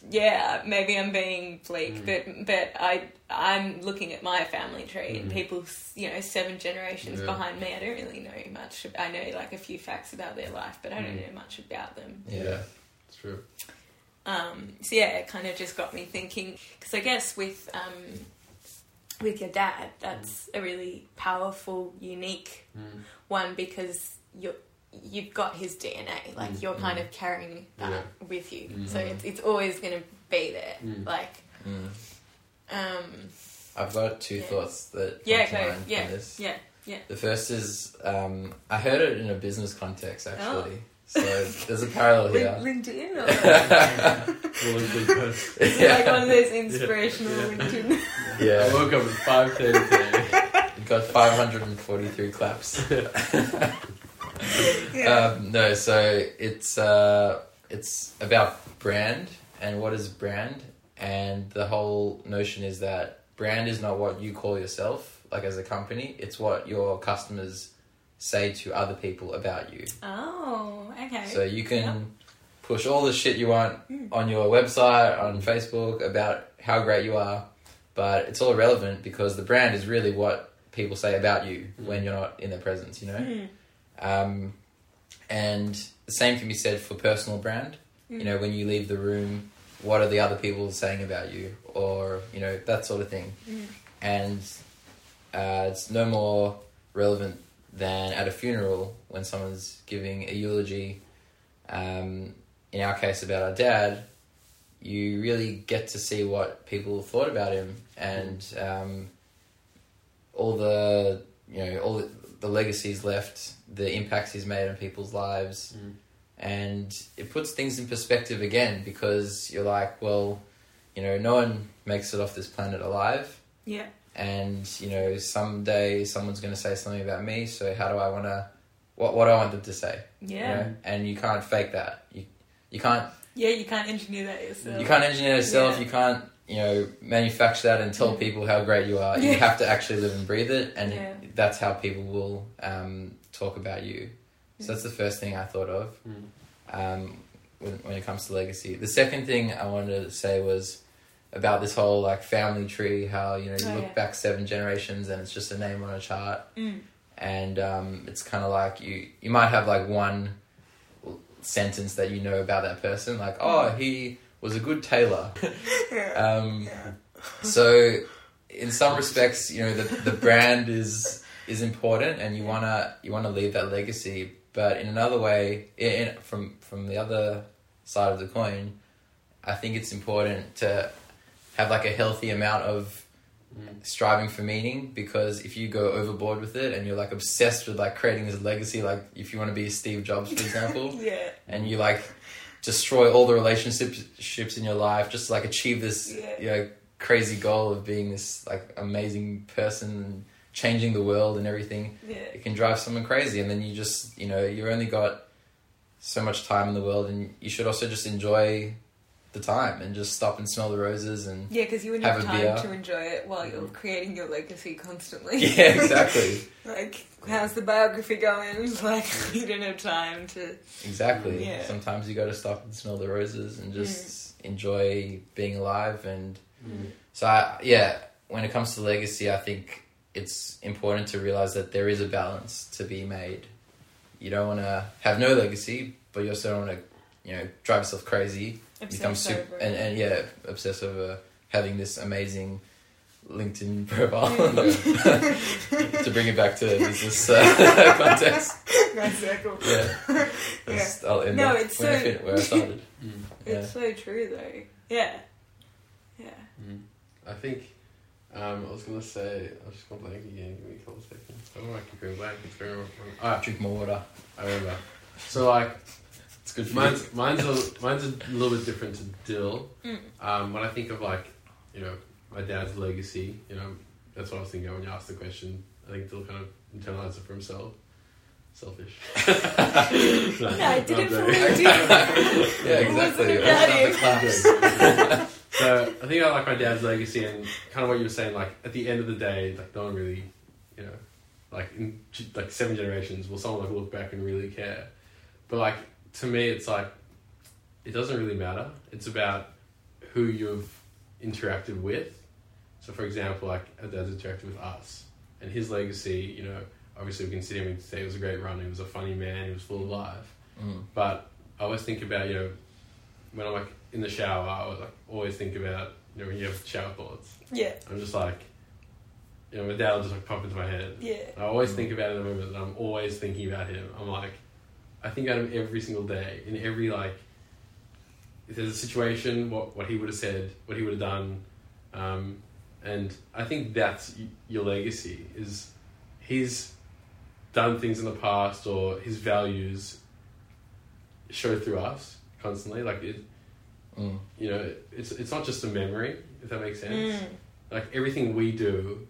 Speaker 2: yeah, maybe I'm being bleak, but but I I'm looking at my family tree and people, you know, seven generations
Speaker 1: Yeah.
Speaker 2: behind me. I don't really know much. ab- I know like a few facts about their life, but I don't know much about them.
Speaker 5: Yeah.
Speaker 1: It's true.
Speaker 2: Um, so yeah, it kind of just got me thinking because I guess with um, with your dad, that's a really powerful, unique one because you're. You've got his DNA, like
Speaker 5: Mm,
Speaker 2: you're kind of carrying that with you, so it's, it's always going to be there. Like,
Speaker 5: Mm-hmm. Mm.
Speaker 2: um,
Speaker 5: I've got two
Speaker 2: Yeah.
Speaker 5: thoughts that come
Speaker 2: yeah,
Speaker 5: to
Speaker 2: go,
Speaker 5: mind
Speaker 2: yeah,
Speaker 5: from this.
Speaker 2: yeah,
Speaker 5: The first is um, I heard it in a business context actually,
Speaker 2: Oh.
Speaker 5: so there's a parallel
Speaker 2: Lin-
Speaker 5: *laughs* here.
Speaker 2: LinkedIn, *laughs* or
Speaker 1: Well, it's been post-
Speaker 2: is it like one of those inspirational LinkedIn. *laughs*
Speaker 1: I woke up at five thirty today.
Speaker 5: It got 543 claps. um, no, so it's uh, it's about brand and what is brand, and the whole notion is that brand is not what you call yourself, like as a company. It's what your customers say to other people about you.
Speaker 2: Oh, okay.
Speaker 5: So you can push all the shit you want on your website, on Facebook about how great you are, but it's all irrelevant because the brand is really what people say about you when you're not in their presence, you know? Um, and the same can be said for personal brand. You know, when you leave the room, what are the other people saying about you? Or, you know, that sort of thing. And uh, it's no more relevant than at a funeral when someone's giving a eulogy um, in our case about our dad, you really get to see what people thought about him and um, all the you know all the, the legacies left, the impacts he's made on people's lives,
Speaker 1: Mm.
Speaker 5: and it puts things in perspective again because you're like, well, you know, no one makes it off this planet alive
Speaker 2: yeah,
Speaker 5: and you know someday someone's going to say something about me so how do i want to what what do i want them to say you
Speaker 2: Yeah.
Speaker 5: know? and you can't fake that you you can't
Speaker 2: yeah. You can't engineer that yourself.
Speaker 5: you can't engineer yourself
Speaker 2: Yeah.
Speaker 5: you can't you know manufacture that and tell people how great you are
Speaker 2: Yeah.
Speaker 5: you have to actually live and breathe it and
Speaker 2: Yeah.
Speaker 5: that's how people will um, talk about you so that's the first thing i thought of
Speaker 1: Mm.
Speaker 5: um, when, when it comes to legacy the second thing i wanted to say was about this whole like family tree how you know you
Speaker 2: Oh,
Speaker 5: look
Speaker 2: yeah. Mm.
Speaker 5: back seven generations and it's just a name on a chart and um, it's kind of like you you might have like one sentence that you know about that person like oh he was a good
Speaker 2: *laughs*
Speaker 5: tailor um, so in some respects you know the, the brand is is important and you want to you want to leave that legacy but in another way in, in- from from the other side of the coin i think it's important to have like a healthy amount of striving for meaning because if you go overboard with it and you're like obsessed with like creating this legacy like if you want to be steve jobs for example
Speaker 2: Yeah,
Speaker 5: and you like destroy all the relationships ships in your life just to, like achieve this
Speaker 2: Yeah.
Speaker 5: you know crazy goal of being this like amazing person and changing the world and everything
Speaker 2: yeah,
Speaker 5: it can drive someone crazy and then you just you know you've only got so much time in the world and you should also just enjoy the time and just stop and smell the roses and
Speaker 2: yeah. Because you wouldn't
Speaker 5: Have
Speaker 2: have,
Speaker 5: a
Speaker 2: time
Speaker 5: beer. Mm-hmm.
Speaker 2: to enjoy it while you're creating your legacy constantly.
Speaker 5: *laughs* yeah exactly
Speaker 2: *laughs* like, how's the biography going? *laughs* Like, you don't have time to.
Speaker 5: Exactly.
Speaker 2: Yeah. Mm.
Speaker 5: Sometimes you got to stop and smell the roses and just enjoy being alive. And so, I, yeah, when it comes to legacy, I think it's important to realize that there is a balance to be made. You don't want to have no legacy, but you also don't want to, you know, drive yourself crazy,
Speaker 2: Obsess
Speaker 5: become
Speaker 2: over
Speaker 5: super,
Speaker 2: it.
Speaker 5: and, and yeah, obsess over having this amazing LinkedIn profile. *laughs* to bring it
Speaker 2: *laughs*
Speaker 5: back to business uh, *laughs* context.
Speaker 2: Nice circle. *laughs*
Speaker 5: Yeah. That's- oh, I'll end
Speaker 2: No,
Speaker 5: up
Speaker 2: it's
Speaker 5: when
Speaker 2: *laughs*
Speaker 5: I
Speaker 2: so- Mm.
Speaker 5: fin- where I started. yeah.
Speaker 2: It's so true, though. Yeah. Yeah.
Speaker 1: I think um, I was gonna say I was just gonna blank again. Give me a couple of seconds. I don't like going blank. It's very wrong. Ah,
Speaker 5: Drink more water.
Speaker 1: I remember. So like
Speaker 5: It's good for you.
Speaker 1: mine's mine's a, mine's a little bit different to Dill.
Speaker 2: Mm.
Speaker 1: Um, when I think of like you know my dad's legacy, you know that's what I was thinking of when you asked the question. I think Dill kind of internalized it for himself.
Speaker 2: *laughs*
Speaker 1: Selfish. no,
Speaker 2: No, I
Speaker 1: *laughs*
Speaker 2: didn't
Speaker 1: I'm
Speaker 2: fully
Speaker 1: joking.
Speaker 2: do that. *laughs*
Speaker 5: Yeah, exactly.
Speaker 2: Wasn't
Speaker 5: That's not the
Speaker 2: about
Speaker 5: class.
Speaker 2: *laughs*
Speaker 1: *laughs* so I think I like my dad's legacy and kind of what you were saying. Like at the end of the day, like no one really, you know, like in like seven generations will someone like look back and really care. But like to me, it's like it doesn't really matter. It's about who you've interacted with. So for example, like our dad's interacted with us and his legacy. You know, obviously we can sit here and say he was a great runner, he was a funny man, he was full of life.
Speaker 5: Mm.
Speaker 1: But I always think about, you know, when I'm like in the shower, I always, like, always think about, you know, when you have shower thoughts.
Speaker 2: Yeah.
Speaker 1: I'm just like, you know, my dad will just like pop into my head.
Speaker 2: Yeah.
Speaker 1: I always think about it in the moment, and I'm always thinking about him. I'm like, I think about him every single day, in every like, if there's a situation, what what he would have said, what he would have done, um, and I think that's y- your legacy. Is he's done things in the past, or his values show through us constantly. Like it,
Speaker 5: Mm.
Speaker 1: you know, it's it's not just a memory, if that makes sense
Speaker 2: Mm.
Speaker 1: like everything we do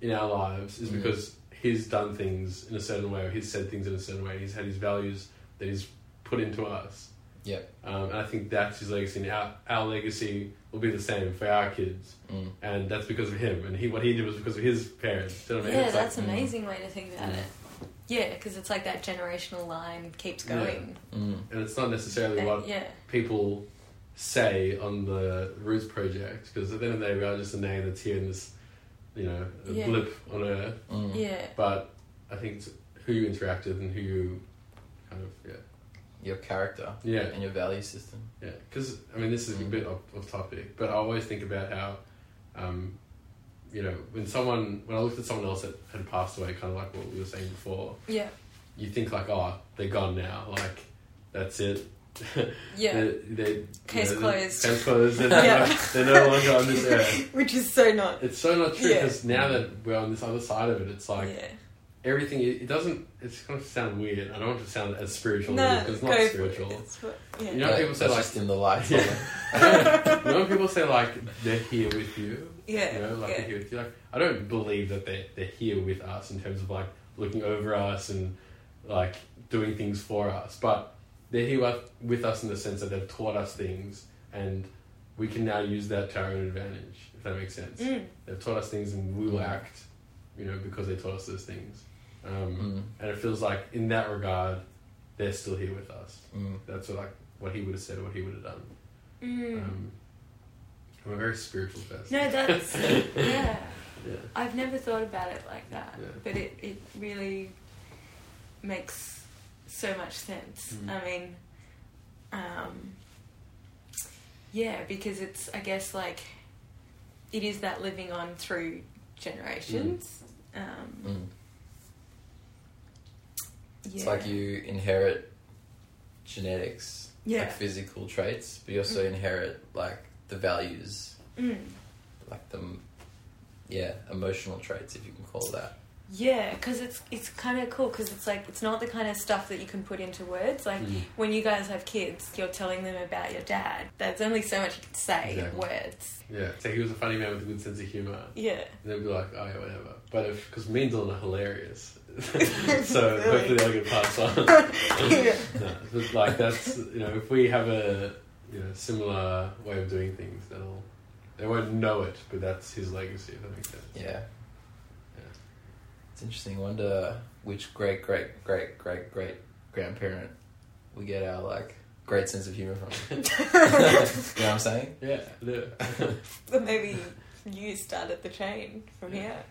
Speaker 1: in our lives is
Speaker 5: Mm.
Speaker 1: because he's done things in a certain way or he's said things in a certain way he's had his values that he's put into us
Speaker 5: Yep.
Speaker 1: um, and i think that's his legacy and our, our legacy will be the same for our kids
Speaker 5: Mm.
Speaker 1: and that's because of him and he what he did was because of his parents Do you know what I mean?
Speaker 2: Yeah,
Speaker 1: It's like- mm.
Speaker 2: that's an amazing way to think about
Speaker 5: Mm.
Speaker 2: it. Yeah, because it's like that generational line keeps
Speaker 1: Yeah.
Speaker 2: going.
Speaker 5: Mm.
Speaker 1: and it's not necessarily
Speaker 2: And-
Speaker 1: what
Speaker 2: yeah.
Speaker 1: people say on the roots project because at the end of the day we are just a name that's here in this you know a
Speaker 2: Yeah.
Speaker 1: blip on earth
Speaker 5: Mm.
Speaker 2: Yeah.
Speaker 1: but I think it's who you interact with and who you kind of yeah
Speaker 5: Your character
Speaker 1: yeah
Speaker 5: and your value system.
Speaker 1: yeah because I mean this is
Speaker 2: Mm.
Speaker 1: a bit off, off topic, but I always think about how, um, you know, when someone when I looked at someone else that had passed away, kind of like what we were saying before,
Speaker 2: Yeah.
Speaker 1: you think like oh they're gone now, like that's it. *laughs*
Speaker 2: Yeah. *laughs*
Speaker 1: they, they,
Speaker 2: Case
Speaker 1: you know,
Speaker 2: closed.
Speaker 1: Case closed.
Speaker 2: *laughs*
Speaker 1: They're, no-
Speaker 2: Yeah.
Speaker 1: they're no longer on this earth.
Speaker 2: *laughs* Which is so not.
Speaker 1: It's so not true
Speaker 2: Yeah.
Speaker 1: because now that we're on this other side of it, it's like
Speaker 2: yeah.
Speaker 1: everything it it doesn't it's going to sound weird i don't want it to sound as spiritual
Speaker 2: No,
Speaker 1: because it's
Speaker 2: go
Speaker 1: not
Speaker 2: for it.
Speaker 1: spiritual
Speaker 2: It's what- yeah.
Speaker 1: You know,
Speaker 2: *laughs*
Speaker 5: Like,
Speaker 1: people say,
Speaker 5: that's
Speaker 1: like-
Speaker 5: just in the light.
Speaker 1: yeah you know when people say like they're here with you
Speaker 2: yeah.
Speaker 1: you know like
Speaker 2: yeah.
Speaker 1: they're here with you like i don't believe that they're, they're here with us in terms of like looking over us and like doing things for us but they're here with, with us in the sense that they've taught us things and we can now use that to our own advantage if that makes sense
Speaker 2: Mm.
Speaker 1: they've taught us things and we will
Speaker 5: Mm.
Speaker 1: act you know because they taught us those things um,
Speaker 5: Mm.
Speaker 1: and it feels like in that regard they're still here with us
Speaker 5: Mm.
Speaker 1: that's what, like what he would have said what he would have done
Speaker 2: Mm.
Speaker 1: um, i'm a very spiritual person
Speaker 2: No, that's yeah.
Speaker 1: Yeah.
Speaker 2: I've never thought about it like that,
Speaker 1: Yeah.
Speaker 2: but it it really makes so much sense.
Speaker 1: Mm.
Speaker 2: I mean, um, yeah, because it's I guess like it is that living on through generations. Um,
Speaker 5: Mm.
Speaker 2: yeah.
Speaker 5: It's like you inherit genetics,
Speaker 2: Yeah.
Speaker 5: like physical traits, but you also inherit like the values,
Speaker 2: Mm.
Speaker 5: like the m- yeah emotional traits, if you can call that.
Speaker 2: Yeah, because it's it's kind of cool because it's like it's not the kind of stuff that you can put into words. Like
Speaker 1: Mm.
Speaker 2: when you guys have kids, you're telling them about your dad. There's only so much you can say in
Speaker 1: Exactly.
Speaker 2: words.
Speaker 1: *laughs* yeah so he was a funny man with a good sense of humor
Speaker 2: Yeah, *laughs*
Speaker 1: and they'd be like oh yeah whatever but if because me and dylan are
Speaker 2: *laughs*
Speaker 1: hilarious *laughs* so hopefully they'll get passed on
Speaker 2: yeah,
Speaker 1: no, but like that's you know if we have a you know similar way of doing things they'll they won't know it but that's his legacy if that makes sense
Speaker 5: Yeah.
Speaker 1: Yeah.
Speaker 5: It's interesting. Wonder which great, great, great, great, great grandparent we get our like great sense of humor from. you know what I'm saying?
Speaker 1: yeah, yeah. *laughs*
Speaker 2: *laughs* but maybe you started the chain from
Speaker 1: Yeah.
Speaker 2: here.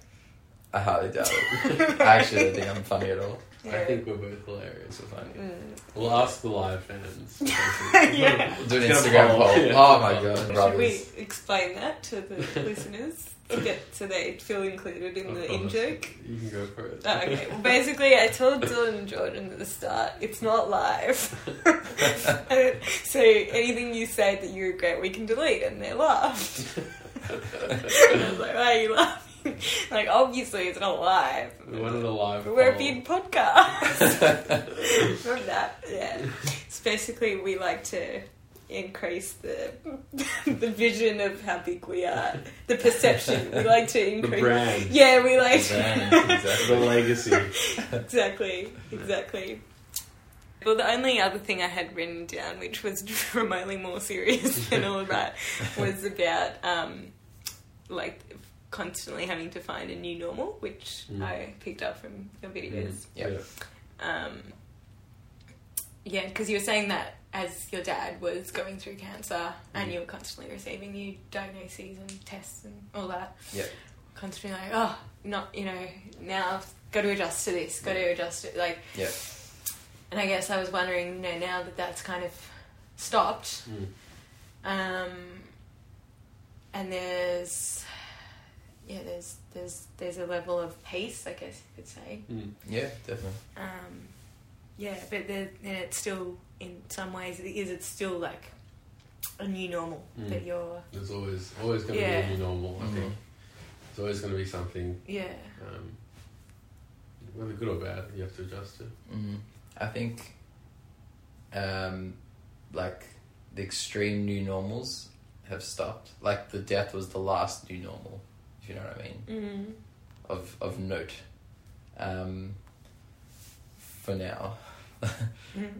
Speaker 5: I highly doubt it. I actually don't think
Speaker 2: *laughs*
Speaker 5: I'm funny at all.
Speaker 1: I think we're both hilarious.
Speaker 5: So funny.
Speaker 2: Mm.
Speaker 1: We'll ask the live fans. *laughs*
Speaker 2: Yeah.
Speaker 5: We'll do an
Speaker 1: It's gonna
Speaker 5: Instagram
Speaker 1: roll.
Speaker 5: poll.
Speaker 1: Yeah.
Speaker 5: Oh my god,
Speaker 2: Should we
Speaker 5: brothers.
Speaker 2: explain that to the listeners to get so they feel included in the in joke?
Speaker 1: You can go for it.
Speaker 2: Oh, okay. Well, basically, I told Dylan and Jordan at the start, it's not live. so anything you say that you regret, we can delete, and they laughed. *laughs*
Speaker 1: *laughs*
Speaker 2: and I was like, why are you laughing? *laughs* Like, obviously, it's not live.
Speaker 1: What are the live?
Speaker 2: We're a
Speaker 1: poll? *laughs*
Speaker 2: big podcast. *laughs* Remember that? Yeah. It's basically we like to increase the *laughs* the vision of how big we are, the perception. We like to
Speaker 1: the
Speaker 2: increase.
Speaker 1: brand.
Speaker 2: Yeah, we like
Speaker 5: Brand, exactly.
Speaker 1: The legacy.
Speaker 2: *laughs* exactly, exactly. Well, the only other thing I had written down, which was *laughs* remotely more serious than all of
Speaker 5: *laughs*
Speaker 2: that, was about um, like constantly having to find a new normal, which
Speaker 1: Mm.
Speaker 2: I picked up from your videos.
Speaker 5: Mm-hmm. Yeah.
Speaker 2: Um, yeah, because you were saying that as your dad was going through cancer and
Speaker 5: Mm.
Speaker 2: you were constantly receiving new diagnoses and tests and all that.
Speaker 5: Yeah.
Speaker 2: Constantly like, oh, not, you know, now I've got to adjust to this, got to adjust it. Like,
Speaker 5: Yeah.
Speaker 2: And I guess I was wondering, you know, now that that's kind of stopped,
Speaker 1: Mm.
Speaker 2: um, and there's, yeah, there's, there's, there's a level of peace, I guess you could say,
Speaker 1: Mm.
Speaker 5: Yeah, definitely.
Speaker 2: um, yeah, but the, and it's still in some ways it is it's still like a new normal
Speaker 1: Mm.
Speaker 2: that you're
Speaker 1: There's always always going to
Speaker 2: Yeah.
Speaker 1: be a new normal. I think
Speaker 5: Mhm.
Speaker 1: there's always going to be something,
Speaker 2: yeah
Speaker 1: um, whether good or bad, you have to adjust to.
Speaker 5: Mm, I think, um, like the extreme new normals have stopped. Like the death was the last new normal, if you know what I mean,
Speaker 2: mm.
Speaker 5: of of note. Um, for now,
Speaker 2: Mm.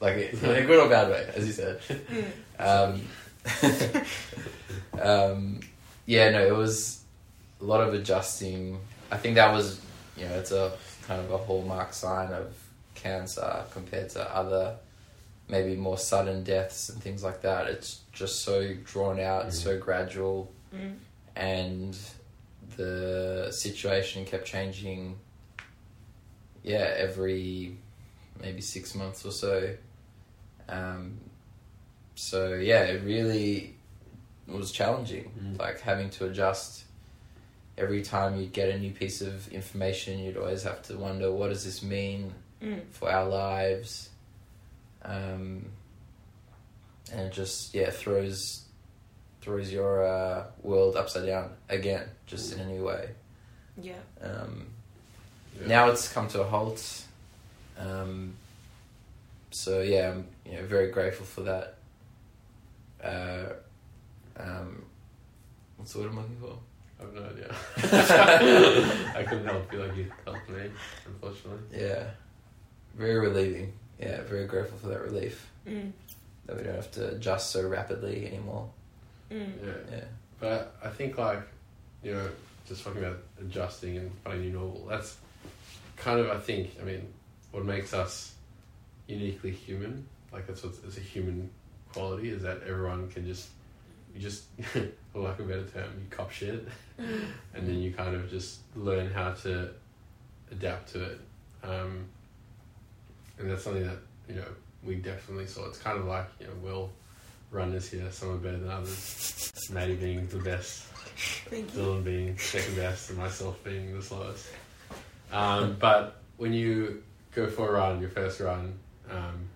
Speaker 5: like in a good or bad way, as you said. Um, um, yeah, no, it was a lot of adjusting. I think that was, you know, it's a kind of a hallmark sign of cancer compared to other maybe more sudden deaths and things like that. It's just so drawn out,
Speaker 1: Mm.
Speaker 5: so gradual,
Speaker 2: Mm.
Speaker 5: and the situation kept changing. Yeah, every maybe six months or so. Um, so yeah, it really was challenging.
Speaker 1: Mm.
Speaker 5: Like having to adjust every time you get a new piece of information, you'd always have to wonder what does this mean
Speaker 2: Mm.
Speaker 5: for our lives, um, and it just yeah throws throws your uh, world upside down again, just in a new way.
Speaker 2: yeah
Speaker 5: Um,
Speaker 1: Yeah.
Speaker 5: now it's come to a halt. Um, so yeah, I'm you know very grateful for that. Uh, um, what's the word I'm looking for?
Speaker 1: I have no
Speaker 5: *laughs*
Speaker 1: idea. *laughs* I couldn't help you like you helped me, unfortunately.
Speaker 5: Yeah, very relieving. Yeah, very grateful for that relief
Speaker 2: mm.
Speaker 5: that we don't have to adjust so rapidly anymore.
Speaker 2: Mm.
Speaker 1: Yeah.
Speaker 5: Yeah,
Speaker 1: But I think like, you know, just talking about adjusting and finding new normal, that's kind of I think, I mean, what makes us uniquely human, like that's what's it's a human quality, is that everyone can just you just *laughs* for lack of a better term, you cop shit and then you kind of just learn how to adapt to it. Um, and that's something that, you know, we definitely saw. It's kind of like, you know, Will run this year, some are better than others. Maddie being the best,
Speaker 2: thank you
Speaker 1: Dylan being second best, and myself being the slowest. Um, but when you go for a run, your first run, um,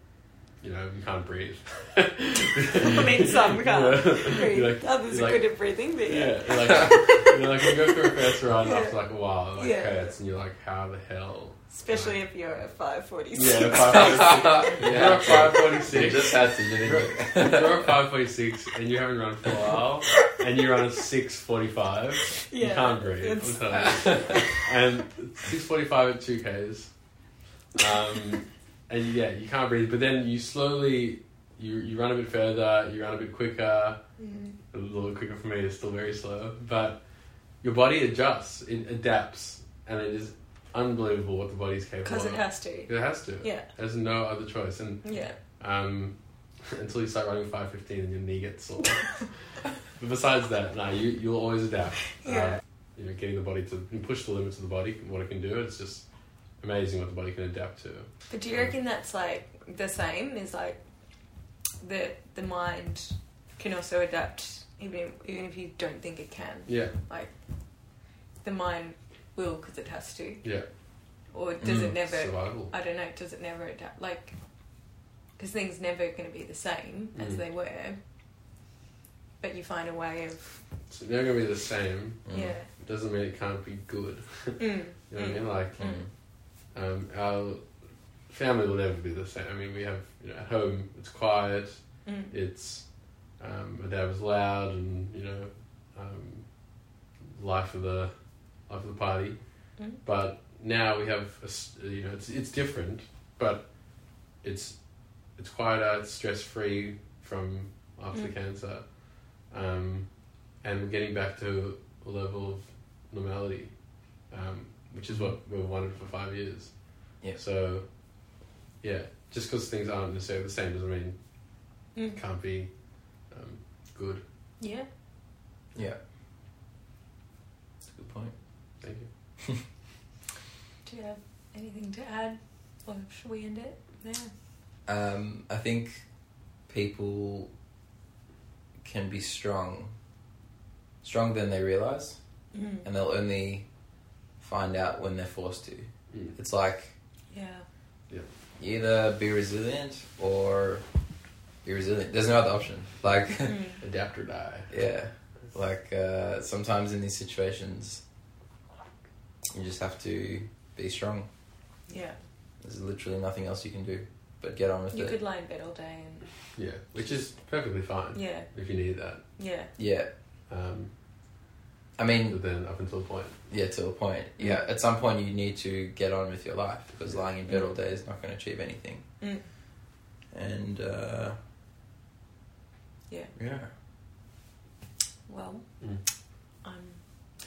Speaker 1: you know, you can't breathe.
Speaker 2: *laughs* *laughs* I
Speaker 1: *laughs*
Speaker 2: mean some can't breathe
Speaker 1: You're like-
Speaker 2: others are
Speaker 1: you're like-
Speaker 2: good at breathing but yeah
Speaker 1: yeah, like, you're like, you go through a first round
Speaker 2: Yeah.
Speaker 1: after like a while, it like
Speaker 2: Yeah.
Speaker 1: hurts, and you're like, how the hell?
Speaker 2: especially if you're at 546 *laughs*
Speaker 1: Yeah, 546.
Speaker 5: Yeah.
Speaker 1: You're at 546.
Speaker 5: You *laughs* just had to,
Speaker 1: You're
Speaker 5: didn't
Speaker 1: at-
Speaker 5: you?
Speaker 1: *laughs*
Speaker 5: *laughs*
Speaker 1: you're at 546 and you haven't run for a while, and you run at 645.
Speaker 2: Yeah,
Speaker 1: You can't breathe. I'm
Speaker 2: it's-
Speaker 1: telling you. *laughs*
Speaker 2: *laughs*
Speaker 1: And 645 at 2Ks. Um, and yeah, you can't breathe, but then you slowly. You, you run a bit further, you run a bit quicker,
Speaker 2: mm.
Speaker 1: a little quicker for me. It's still very slow, but your body adjusts, it adapts, and it is unbelievable what the body's capable.
Speaker 2: because
Speaker 1: of.
Speaker 2: it has to
Speaker 1: It has to.
Speaker 2: Yeah.
Speaker 1: There's no other choice, and
Speaker 2: yeah
Speaker 1: um, *laughs* until you start running five fifteen, and your knee gets sore. but besides that, no, you you'll always adapt.
Speaker 2: Yeah.
Speaker 1: Um, you know, getting the body to you push the limits of the body, what it can do. It's just amazing what the body can adapt to.
Speaker 2: But do you reckon that's like the same? Is like the the mind can also adapt even if, even if you don't think it can.
Speaker 1: Yeah,
Speaker 2: Like the mind will because it has to,
Speaker 1: yeah.
Speaker 2: or does
Speaker 5: Mm,
Speaker 2: it never?
Speaker 1: Survival.
Speaker 2: I don't know. Does it never adapt? Like because things never going to be the same as
Speaker 1: Mm.
Speaker 2: they were. But you find a way of
Speaker 1: It's never gonna be the same.
Speaker 5: Mm.
Speaker 2: yeah.
Speaker 1: Doesn't mean it can't be good. *laughs*
Speaker 2: Mm.
Speaker 1: You know what I
Speaker 2: Mm.
Speaker 1: mean? Like
Speaker 5: Mm.
Speaker 1: um, our family will never be the same. I mean, we have you know, at home it's quiet.
Speaker 2: Mm.
Speaker 1: It's um, my dad was loud, and you know, um, life of the life of the party.
Speaker 2: Mm.
Speaker 1: But now we have a s you know it's it's different, but it's it's quieter, it's stress free from after
Speaker 2: Mm.
Speaker 1: cancer, um, and we're getting back to a level of normality, um, which is what we've wanted for five years.
Speaker 5: Yeah.
Speaker 1: So, yeah, just because things aren't necessarily the same doesn't mean
Speaker 2: Mm.
Speaker 1: it can't be um, good.
Speaker 2: Yeah.
Speaker 5: Yeah. That's a good point.
Speaker 1: Thank you.
Speaker 2: Do you have anything to add, or should we end it there?
Speaker 5: Um, I think people can be strong, stronger than they realize,
Speaker 2: Mm.
Speaker 5: and they'll only find out when they're forced to.
Speaker 1: Mm.
Speaker 5: It's like
Speaker 1: *clears throat*
Speaker 2: Yeah.
Speaker 5: you either be resilient or be resilient. There's no other option. Like, *laughs*
Speaker 2: Mm.
Speaker 1: Adapt or die.
Speaker 5: yeah, like uh, sometimes in these situations, you just have to be strong.
Speaker 2: Yeah.
Speaker 5: There's literally nothing else you can do but get on with
Speaker 2: You
Speaker 5: it.
Speaker 2: could lie in bed all day and
Speaker 1: Yeah, which is perfectly fine
Speaker 2: yeah,
Speaker 1: if you need that.
Speaker 2: yeah,
Speaker 5: Yeah,
Speaker 1: Um,
Speaker 5: I mean,
Speaker 1: but then up until a point,
Speaker 5: Yeah, to a point.
Speaker 2: Mm.
Speaker 5: Yeah, at some point you need to get on with your life because lying in bed
Speaker 2: Mm.
Speaker 5: all day is not going to achieve anything.
Speaker 2: Mm.
Speaker 5: And uh,
Speaker 2: Yeah.
Speaker 5: yeah,
Speaker 2: Well,
Speaker 1: Mm.
Speaker 2: I'm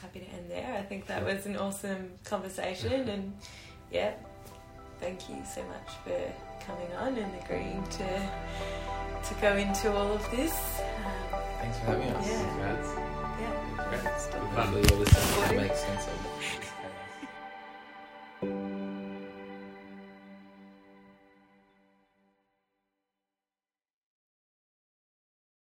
Speaker 2: happy to end there. I think that was an awesome conversation, and yeah, thank you so much for coming on and agreeing to to go into all of this. Um,
Speaker 5: thanks for having us.
Speaker 2: Yeah.
Speaker 1: that's
Speaker 2: yeah,
Speaker 1: that's great.
Speaker 2: stop.
Speaker 1: Fun.
Speaker 2: *laughs*
Speaker 5: Hopefully all this makes sense. Of it.